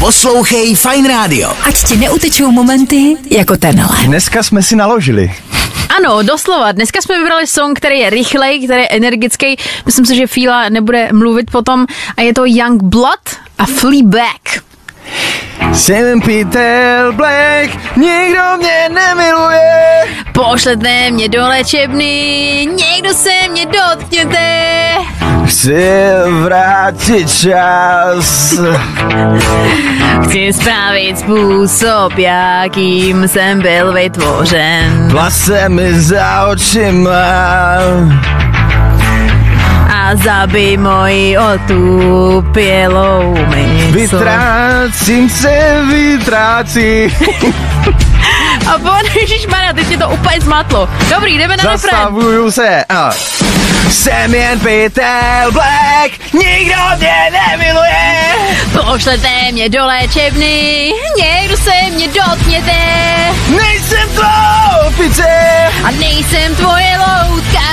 Poslouchej Fine Radio. Ať ti neutečou momenty jako tenhle. Dneska jsme si naložili. Ano, doslova. Dneska jsme vybrali song, který je rychlej, který je energický. Myslím si, že Fíla nebude mluvit potom. A je to Young Blood a Fleabag. Jsem Peter Black, nikdo mě nemiluje. Pošlete mě do léčebny, někdo se mě dotkněte. Chci vrátit čas. Chci spravit způsob, jakým jsem byl vytvořen. Plase mi za očima. A zabij moji otupělou mysl. Vytrácím se, vytrácím. A bon, ježišmarja, teď mě to úplně zmatlo. Dobrý, jdeme na refrén. Zastavuju se. A. Jsem jen Peter Black, nikdo mě nemiluje. Pošlete mě do léčebny, někdo se mě dotkněte. Nejsem tvou opice. A nejsem tvoje loutka.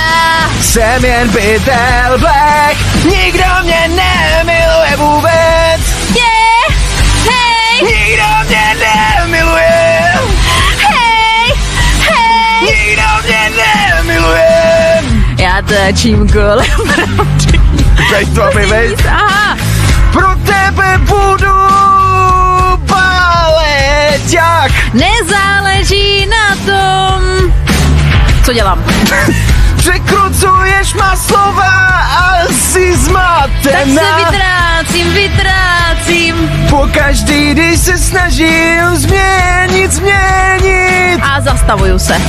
Jsem jen Peter Black, nikdo mě nemiluje vůbec, Yeah! Hej! nikdo mě nemiluje, Hej! Hej! nikdo mě nemiluje. Já to čímkoliv Teď to mi veď, Aha! pro tebe budu baleťák. Nezáleží na tom, co dělám. Překrucuješ má slova a jsi Tak se zmatená. vytrácím, vytrácím Po každý, když se snažím změnit, změnit. a zastavuju se.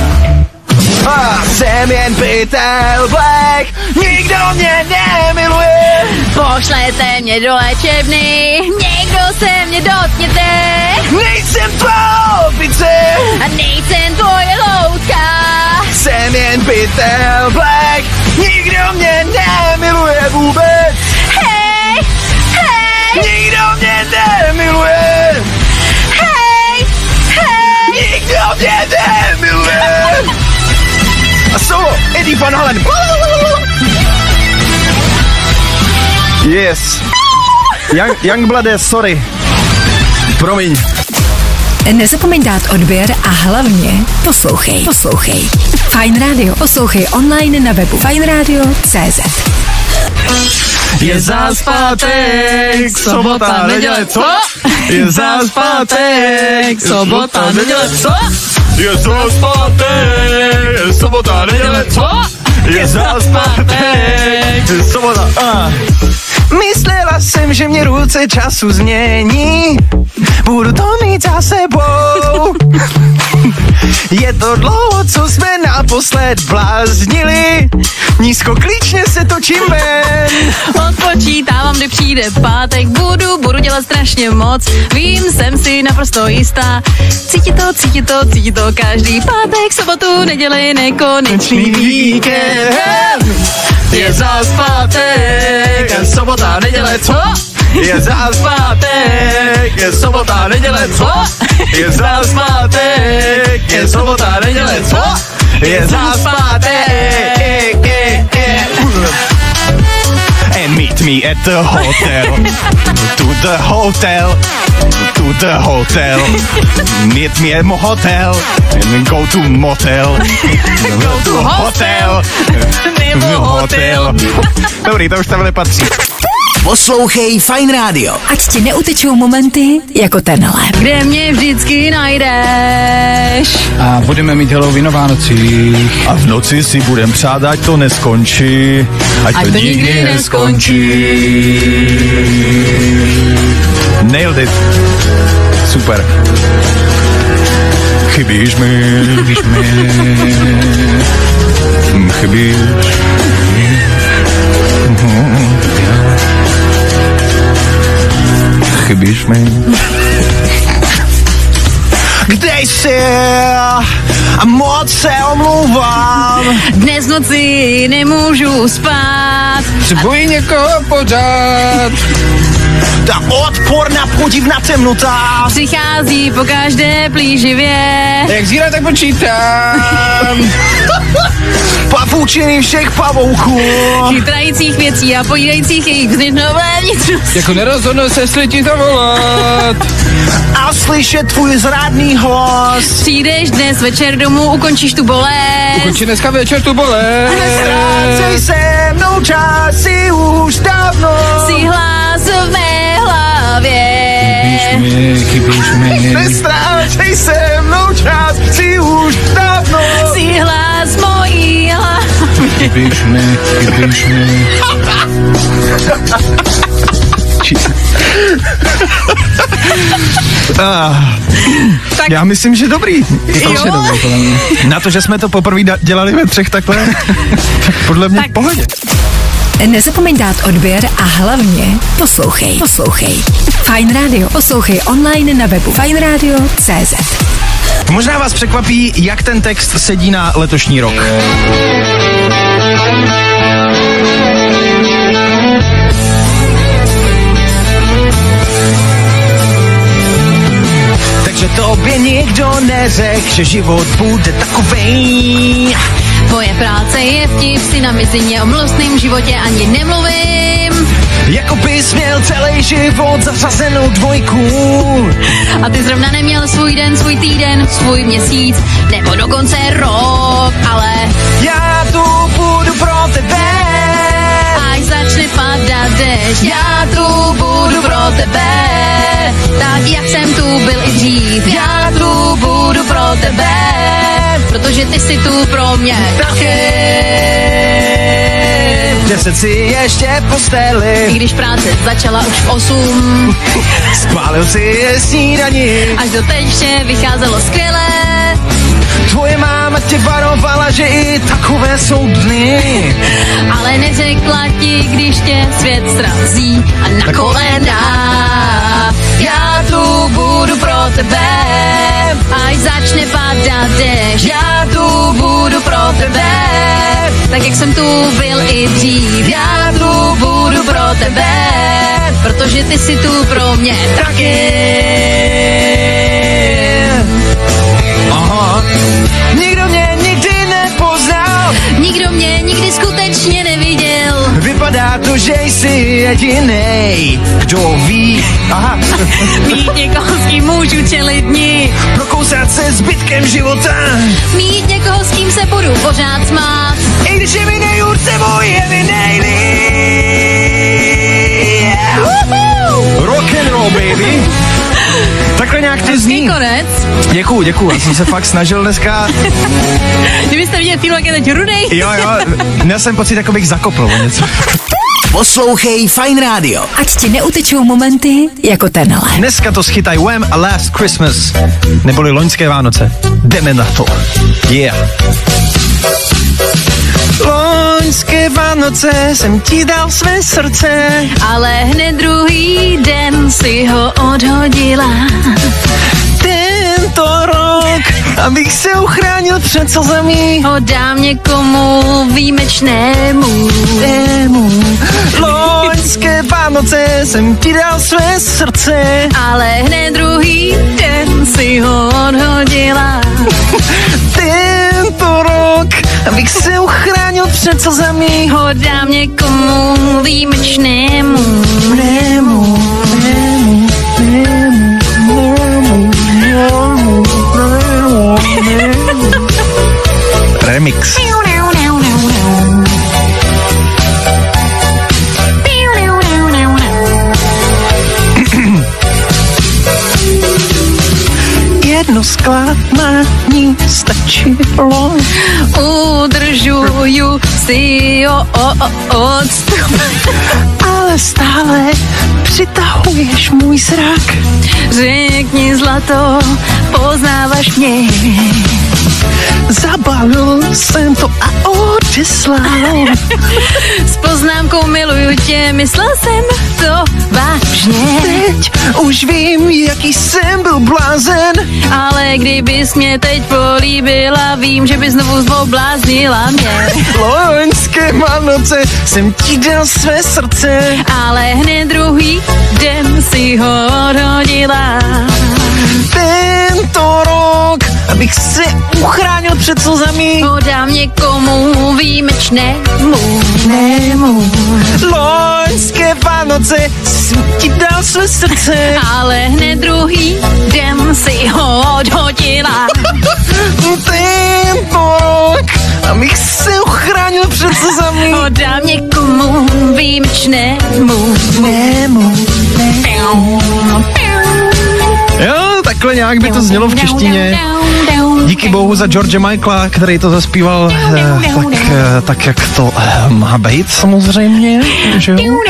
A jsem jen Peter Black, nikdo mě nemiluje. Pošlete mě do léčebny, někdo se mě dotkněte Nejsem popice, a nejsem tvoje loutka. jsem jen Peter Black, nikdo mě nemiluje vůbec, Hej, hej, nikdo mě nemiluje, hej, hej. nikdo mě nemiluje. A solo, Eddie Van Halen. Yes. Young, Youngbloodé, sorry. Promiň. Nezapomeň dát odběr a hlavně poslouchej. Poslouchej. Fine Radio. Poslouchej online na webu fineradio.cz Je zás pátek, sobota, neděle, co? Je zás pátek, sobota, neděle, co? Je zás pátek, sobota, neděle, co? Je zás pátek, sobota, a. Myslela jsem, že mě ruce času změní, budu to mít za sebou. Je to dlouho, co jsme naposled bláznili, nízko klíčně se točím ven. Odpočítávám, kdy přijde pátek, budu, budu dělat strašně moc, vím, jsem si naprosto jistá, cítí to, cítí to, cítí to každý pátek, sobotu, neděli, nekonečný víkend. Je zás pátek, je sobota, neděle, co? Je zás pátek, je sobota, neděle, co? Je zás pátek, je sobota, neděle, co? Je zás pátek, je, je. And meet me at the hotel, to the hotel, to the hotel. Meet me at my hotel, and then go to motel, go to hotel. Nebo hotel. Dobrý, to už tam nepatří. Poslouchej Fine Radio. Ať ti neutečou momenty jako tenhle. Kde mě vždycky najdeš? A budeme mít Halloween o Vánocích. A v noci si budem přát, ať to neskončí. Ať, Ať to nikdy neskončí. Nailed it. Super. Chybíš mi. Chybíš mi. Mm, Chybíš. Chybíš mi. Kde jsi? A moc se omlouvám. Dnes noci nemůžu spát. Třeba někoho pořád. Ta odpo porna podivná temnota. Přichází po každé plíživě. Jak zíra, tak počítám. Pavučiny všech pavouků. Chytrajících věcí a pojídajících jejich vznitnové vnitřnosti. jako nerozhodnu se, jestli ti to volat. A slyšet tvůj zrádný hlas. Přijdeš dnes večer domů, ukončíš tu bolest. Končí dneska večer tu Ztrácej bolest. se mnou čas si už dávno. Si hlas v mé hlavě. Chybíš mi, chybíš mi. Nestrácej se mnou čas si už dávno. Si hlas mojí hlavě. Chybíš mi, chybíš mi. Tak. Já myslím, že dobrý. Prostě dobrý, podle mě. Na to, že jsme to poprvé da- dělali ve třech takhle, tak podle mě tak. pohodě. Nezapomeň dát odběr a hlavně poslouchej. Poslouchej. Fine Radio. Poslouchej online na webu fineradio.cz Možná vás překvapí, jak ten text sedí na letošní rok. Takže tobě nikdo neřekl, že život bude takovej. Moje práce je vtip, si na mizině o mlostném životě ani nemluvím. Jako bys měl celý život zasazenou dvojku. A ty zrovna neměl svůj den, svůj týden, svůj měsíc, nebo dokonce rok, ale Já tu budu pro tebe. až začne padat dešť, já tu budu pro tebe. Tak jak jsem tu byl i dřív, já tu budu pro tebe, protože ty jsi tu pro mě taky. Deset si ještě I posteli, když práce začala už v 8, spálil si je snídaní. až do teď vše vycházelo skvěle, Tvoje máma tě varovala, že i takové jsou dny. Ale neřekla ti, když tě svět srazí a na kolena. Já tu budu pro tebe, až začne padat dešť. Já tu budu pro tebe, tak jak jsem tu byl i dřív. Já tu budu pro tebe, protože ty jsi tu pro mě taky. Aha. Nikdo mě nikdy nepoznal, Nikdo mě nikdy skutečně neviděl. vypadá to, že jsi jedinej. Kdo ví, aha, Mít někoho, s kým můžu čelit dní. prokousat se zbytkem života, Mít někoho, s kým se budu pořád smát. i když je mi nejhůrce můj, je mi nejlíp. Rock and roll, baby. Takhle nějak to Hezký zní. konec. Děkuju, děkuju, já jsem se fakt snažil dneska. Kdybyste viděli Týlu, jak je teď rudej. Jo, jo, měl jsem pocit, jako bych zakopl o něco. Poslouchej Fine Radio. Ať ti neutečou momenty jako tenhle. Dneska to schytaj Wham a Last Christmas, neboli loňské Vánoce. Jdeme na to. Yeah. Loňské Vánoce jsem ti dal své srdce, Ale hned druhý den si ho odhodila. tento rok, abych se uchránil před slzami. Ho dám někomu výjimečnému. Loňské Vánoce jsem ti dal své srdce, Ale hned druhý den si ho odhodila. tento rok, abych se uchránil před slzami. Ho dám někomu výjimečnému. Remix. Jedno skládání stačilo. Udržuju si o, o, o odstup. Ale stále přitahuješ můj zrak. Řekni zlato, poznáváš mě. Zabalil jsem to a odeslal. S poznámkou miluju tě, myslel jsem. to vážně. Teď už vím, jaký jsem byl blázen. Ale kdybys mě teď políbila, vím, že bys znovu zbláznila mě. Loňské Vánoce jsem ti dal své srdce. Ale hned druhý den si ho odhodila. Tento rok, abych se uchránil před slzami. Ho dám někomu výjimečnému. Nemu. Loňské Vánoce jsem ti dal své srdce. Ale hned druhý den si ho odhodila. Tento rok, abych se uchránil před slzami. Ho dám někomu výjimečnému. Nemu. Jo, takhle nějak by to znělo v češtině. Díky bohu za George Michaela, který to zaspíval eh, tak, eh, tak, jak to eh, má být samozřejmě. Že jo?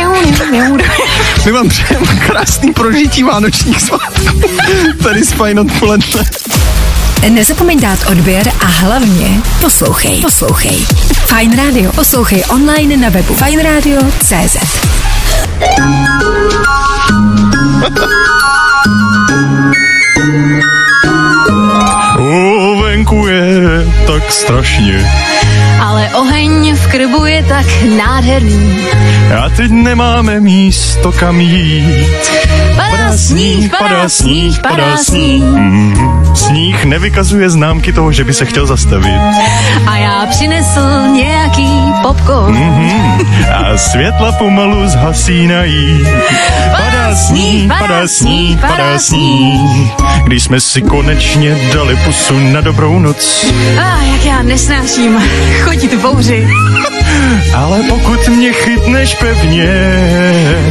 My vám přejeme krásný prožití vánočních svátků. Tady s fajn odpoledne. Nezapomeň dát odběr a hlavně poslouchej. Poslouchej. Fajn Radio. Poslouchej online na webu fajnradio.cz O, venku je tak strašně. Ale oheň v krbu je tak nádherný. A teď nemáme místo kam jít. Padá sníh, padá sníh, padá sníh. Mm, Sníh nevykazuje známky toho, že by se chtěl zastavit. A já přinesl nějaký popcorn. Mhm. A světla pomalu zhasínají. Padá sníh, padá sníh, padá sníh. Když jsme si konečně dali pusu na dobrou noc. A jak já nesnáším chodit v bouři. Ale pokud mě chytneš pevně,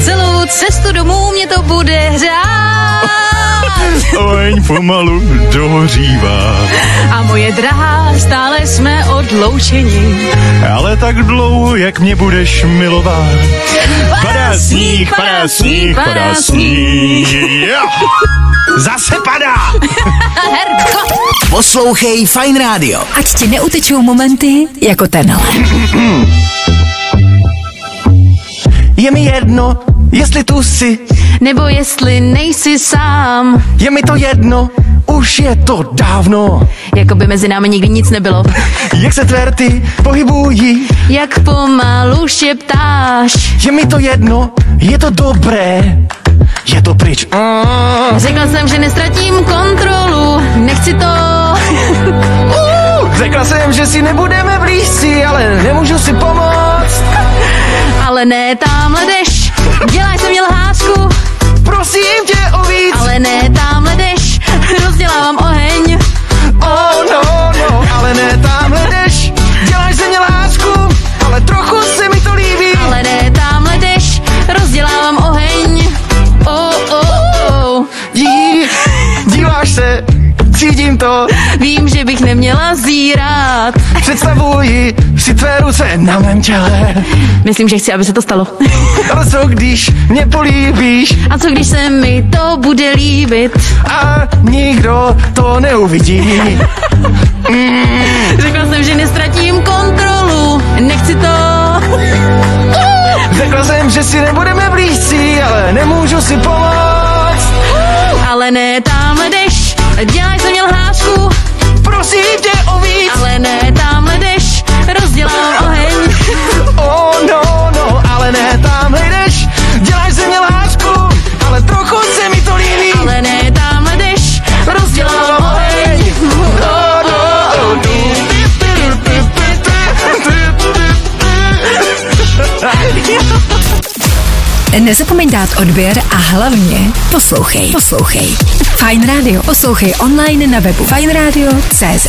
Celou cestu domů mě to bude hřát. oheň pomalu dohořívá. A moje drahá, stále jsme odloučeni. Ale tak dlouho, jak mě budeš milovat. Padá sníh, padá sníh, padá sníh. Jo! Zase padá! Herko! Poslouchej Fine Radio. Ať ti neutečou momenty jako tenhle. Je mi jedno, jestli tu jsi, Nebo jestli nejsi sám, je mi to jedno, už je to dávno. jako by mezi námi nikdy nic nebylo. Jak se tverty pohybují, Jak pomalu šeptáš, je mi to jedno, je to dobré, je to pryč. řekla jsem, že nestratím kontrolu, nechci to. Řekla jsem, že si nebudeme blízci, ale nemůžu si pomoct. Ale ne, tamhle jdeš, děláš se mě lhářku, Prosím tě o víc. ale ne, tamhle jdeš, rozdělávám oheň. Oh no, no, ale ne tamhle jdeš. Děláš ze mě lásku, ale trochu se mi to líbí. Ale ne, tamhle jdeš, rozdělávám oheň. Oh, oh, oh. Dí, díváš se, cítím to, Vím, že bych neměla zírat. představuji si tvé ruce na mém těle. Myslím, že chci, aby se to stalo. Ale co když mě políbíš A co když se mi to bude líbit? a nikdo to neuvidí. Řekla jsem, že nestratím kontrolu. Nechci to. Řekla jsem, že si nebudeme blízcí, ale nemůžu si pomoct. Ale ne, tamhle jdeš, děláš se mě lhářku. Prosím tě o víc. Ale ne, tamhle jdeš, rozdělám oheň. Oh no, no, ale ne tamhle jdeš, děláš ze mě lásku, ale trochu se mi to líbí. Ale ne, tamhle jdeš, rozdělám oheň. Oh, no, oh, no. Nezapomeň dát odběr a hlavně poslouchej. Poslouchej. Fajn Radio. Poslouchej online na webu fajnradio.cz